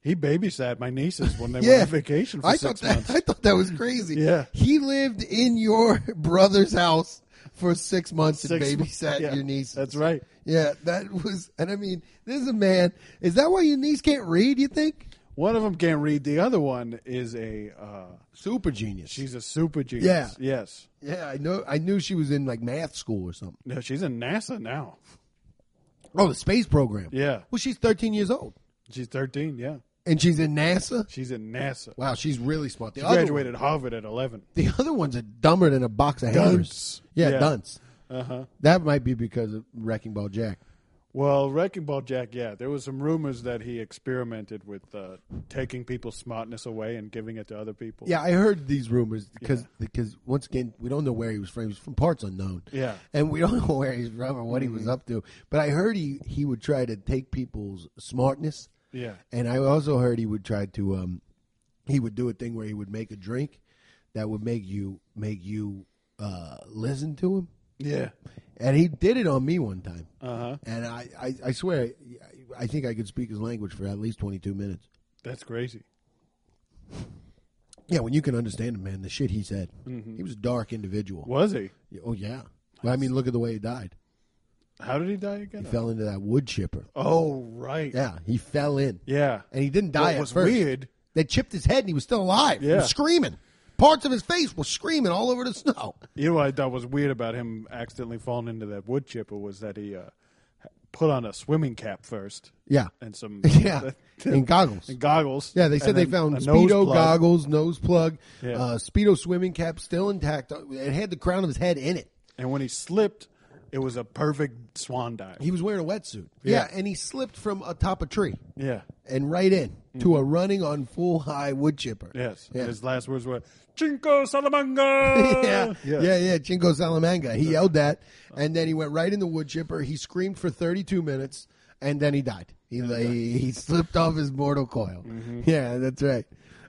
[SPEAKER 2] He babysat my nieces when they were
[SPEAKER 3] Yeah,
[SPEAKER 2] on vacation for
[SPEAKER 3] I
[SPEAKER 2] six
[SPEAKER 3] thought that
[SPEAKER 2] months.
[SPEAKER 3] *laughs* I thought that was crazy.
[SPEAKER 2] Yeah.
[SPEAKER 3] he lived in your *laughs* brother's house for six months
[SPEAKER 2] Six
[SPEAKER 3] and
[SPEAKER 2] months,
[SPEAKER 3] babysat
[SPEAKER 2] yeah.
[SPEAKER 3] your nieces.
[SPEAKER 2] That's right.
[SPEAKER 3] Yeah, that was, and I mean, this is a man. Is that why your niece can't read? You think?
[SPEAKER 2] One of them can't read. The other one is a. Uh,
[SPEAKER 3] Super genius.
[SPEAKER 2] she's a super genius.
[SPEAKER 3] Yeah.
[SPEAKER 2] Yes.
[SPEAKER 3] yeah, I know. I knew she was in like math school or something.
[SPEAKER 2] No, she's in NASA now.
[SPEAKER 3] Oh, the space program.
[SPEAKER 2] Yeah.
[SPEAKER 3] Well, she's 13 years old,
[SPEAKER 2] She's 13. Yeah.
[SPEAKER 3] and she's in NASA.
[SPEAKER 2] She's in NASA.
[SPEAKER 3] Wow, she's really smart. The
[SPEAKER 2] She
[SPEAKER 3] other
[SPEAKER 2] graduated Harvard at 11.
[SPEAKER 3] One, the other one's a dumber than a box of hammers.
[SPEAKER 2] Dunce.
[SPEAKER 3] Yeah,
[SPEAKER 2] Yeah.
[SPEAKER 3] dunce.
[SPEAKER 2] Uh huh.
[SPEAKER 3] That might be because of Wrecking Ball Jack.
[SPEAKER 2] Well, Wrecking Ball Jack, yeah, there was some rumors that he experimented with uh, taking people's smartness away and giving it to other people.
[SPEAKER 3] Yeah, I heard these rumors because because once again we don't know where he was from. He was from parts unknown.
[SPEAKER 2] Yeah. Mm-hmm.
[SPEAKER 3] and we don't *laughs* know where he's from or what he was up to. But I heard he he would try to take people's smartness.
[SPEAKER 2] Yeah.
[SPEAKER 3] and I also heard he would try to um he would do a thing where he would make a drink that would make you make you uh listen to him.
[SPEAKER 2] yeah,
[SPEAKER 3] And he did it on me one time.
[SPEAKER 2] Uh-huh.
[SPEAKER 3] And I, I, I swear, I, I think I could speak his language for at least 22 minutes.
[SPEAKER 2] that's crazy.
[SPEAKER 3] Yeah, when you can understand him, man, the shit he said. He was a dark individual.
[SPEAKER 2] Was he?
[SPEAKER 3] Yeah, Oh, yeah. Well, I mean, look at the way he died.
[SPEAKER 2] How did he die again?
[SPEAKER 3] He fell into that wood chipper.
[SPEAKER 2] oh, right.
[SPEAKER 3] Yeah, he fell in.
[SPEAKER 2] Yeah.
[SPEAKER 3] And he didn't die
[SPEAKER 2] What
[SPEAKER 3] at
[SPEAKER 2] was
[SPEAKER 3] first.
[SPEAKER 2] weird-
[SPEAKER 3] They chipped his head and he was still alive. He
[SPEAKER 2] Yeah.
[SPEAKER 3] was screaming. Parts of his face were screaming all over the snow.
[SPEAKER 2] *laughs* You know what I thought was weird about him accidentally falling into that wood chipper was that he uh, put on a swimming cap first.
[SPEAKER 3] Yeah.
[SPEAKER 2] And some.
[SPEAKER 3] *laughs* Yeah. And goggles.
[SPEAKER 2] And *laughs* goggles.
[SPEAKER 3] Yeah, they said
[SPEAKER 2] And
[SPEAKER 3] they
[SPEAKER 2] then
[SPEAKER 3] found
[SPEAKER 2] a nose
[SPEAKER 3] Speedo
[SPEAKER 2] plug.
[SPEAKER 3] goggles, nose plug,
[SPEAKER 2] Yeah.
[SPEAKER 3] uh, Speedo swimming cap still intact. It had the crown of his head in it.
[SPEAKER 2] And when he slipped, it was a perfect swan dive.
[SPEAKER 3] He was wearing a wetsuit. Yeah,
[SPEAKER 2] Yeah.
[SPEAKER 3] and he slipped from atop a tree
[SPEAKER 2] yeah.
[SPEAKER 3] and right in to a running on full high wood chipper.
[SPEAKER 2] Hmm. Yes.
[SPEAKER 3] Yeah.
[SPEAKER 2] And his last words were, Cinco Salamanga!
[SPEAKER 3] *laughs* yeah, yeah, yeah, Chingo Salamanga. He yelled that, and then he went right in the wood chipper. He screamed for 32 minutes, and then he died. Mm-hmm. He he, he slipped off his mortal coil. Yeah, that's right.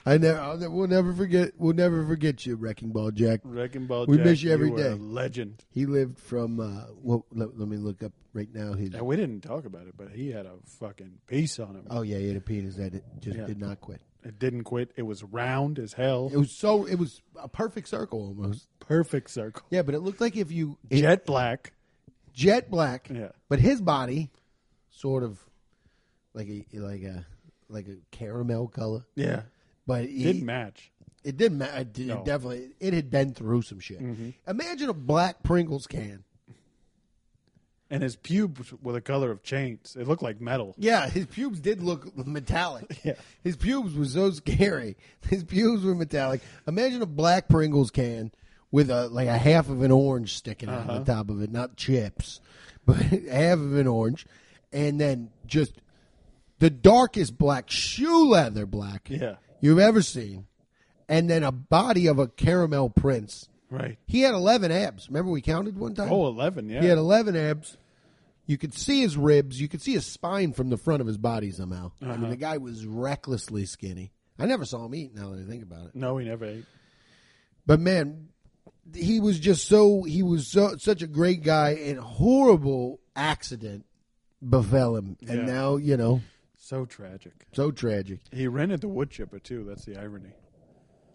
[SPEAKER 3] I never, I'll, ne- we'll never forget. We'll never forget you, Wrecking Ball Jack.
[SPEAKER 2] Wrecking Ball
[SPEAKER 3] We
[SPEAKER 2] Jack,
[SPEAKER 3] miss you every
[SPEAKER 2] were a
[SPEAKER 3] day.
[SPEAKER 2] legend.
[SPEAKER 3] He lived from. Uh, well, let, let me look up right now. His
[SPEAKER 2] And we didn't talk about it, but he had a fucking piece on him.
[SPEAKER 3] oh yeah, he had a penis that it just
[SPEAKER 2] Yeah.
[SPEAKER 3] did not quit.
[SPEAKER 2] It didn't quit. It was round as hell.
[SPEAKER 3] It was so. It was a perfect circle almost.
[SPEAKER 2] Perfect circle.
[SPEAKER 3] Yeah, but it looked like if you it-
[SPEAKER 2] Jet black.
[SPEAKER 3] jet black.
[SPEAKER 2] Yeah.
[SPEAKER 3] But his body, sort of like a like a like a caramel color.
[SPEAKER 2] Yeah.
[SPEAKER 3] But he,
[SPEAKER 2] Didn't match.
[SPEAKER 3] it didn't matter. It
[SPEAKER 2] No. Mm-hmm.
[SPEAKER 3] Definitely, it had been through some shit. Imagine a black Pringles can.
[SPEAKER 2] And his pubes were the color of chains. It looked like metal.
[SPEAKER 3] Yeah, his pubes did look metallic.
[SPEAKER 2] *laughs* Yeah.
[SPEAKER 3] His pubes were so scary. *laughs* His pubes were metallic. Imagine a black Pringles can with a like a half of an orange sticking
[SPEAKER 2] Uh-huh.
[SPEAKER 3] out the top of it, not chips, *laughs* but half of an orange, and then just the darkest black shoe leather black
[SPEAKER 2] Yeah.
[SPEAKER 3] you've ever seen, and then a body of a caramel prince.
[SPEAKER 2] Right.
[SPEAKER 3] He had eleven abs. Remember we counted one time.
[SPEAKER 2] Oh, 11, yeah.
[SPEAKER 3] He had 11 abs. You could see his ribs. You could see his spine from the front of his body somehow. I
[SPEAKER 2] Uh-huh.
[SPEAKER 3] mean, the guy was recklessly skinny. I never saw him eat now that I think about it.
[SPEAKER 2] no, he never ate.
[SPEAKER 3] But man, he was just so, he was so, such a great guy and horrible accident befell him. And
[SPEAKER 2] Yeah.
[SPEAKER 3] now, you know,
[SPEAKER 2] So tragic.
[SPEAKER 3] so tragic.
[SPEAKER 2] He rented the wood chipper, too. That's the irony.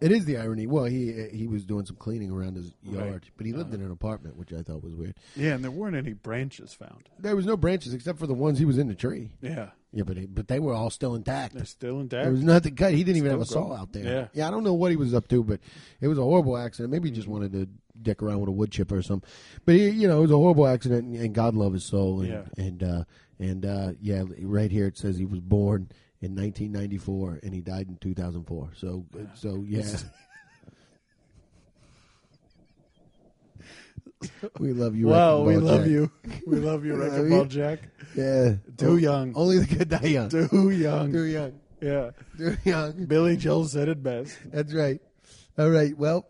[SPEAKER 3] It is the irony. Well, he he was doing some cleaning around his yard, but he lived in an
[SPEAKER 2] Uh-huh.
[SPEAKER 3] apartment, which I thought was weird.
[SPEAKER 2] Yeah, and there weren't any branches found.
[SPEAKER 3] There was no branches except for the ones he was in the tree.
[SPEAKER 2] Yeah,
[SPEAKER 3] Yeah, but he, but they were all still intact.
[SPEAKER 2] they're still
[SPEAKER 3] There
[SPEAKER 2] intact.
[SPEAKER 3] was nothing cut. He didn't even have a
[SPEAKER 2] Still
[SPEAKER 3] saw
[SPEAKER 2] going.
[SPEAKER 3] out there.
[SPEAKER 2] Yeah.
[SPEAKER 3] I don't know what he was up to, but it was a horrible accident. Maybe he just wanted to dick around with a wood chipper or something. But he, you know, it was a horrible accident, and, and God love his soul. And
[SPEAKER 2] Yeah.
[SPEAKER 3] and uh, and uh, yeah, right here it says he was born in 1994 and he died in 2004. So so yeah. *laughs* we love you.
[SPEAKER 2] Wow,
[SPEAKER 3] Wrecking
[SPEAKER 2] we
[SPEAKER 3] Ball
[SPEAKER 2] love
[SPEAKER 3] Jack.
[SPEAKER 2] you. We love
[SPEAKER 3] *laughs*
[SPEAKER 2] you,
[SPEAKER 3] love
[SPEAKER 2] Wrecking
[SPEAKER 3] you.
[SPEAKER 2] Ball Jack.
[SPEAKER 3] Yeah,
[SPEAKER 2] Too young.
[SPEAKER 3] Only the good die
[SPEAKER 2] *laughs*
[SPEAKER 3] young.
[SPEAKER 2] Too young.
[SPEAKER 3] Too young.
[SPEAKER 2] Yeah.
[SPEAKER 3] Too young.
[SPEAKER 2] Billy Joel said it best.
[SPEAKER 3] That's right. All right. Well,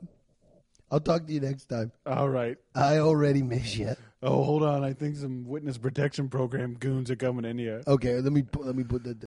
[SPEAKER 3] I'll talk to you next time.
[SPEAKER 2] All right.
[SPEAKER 3] I already miss you.
[SPEAKER 2] Oh, hold on. I think some witness protection program goons are coming in here.
[SPEAKER 3] Okay, let me pu- let me put the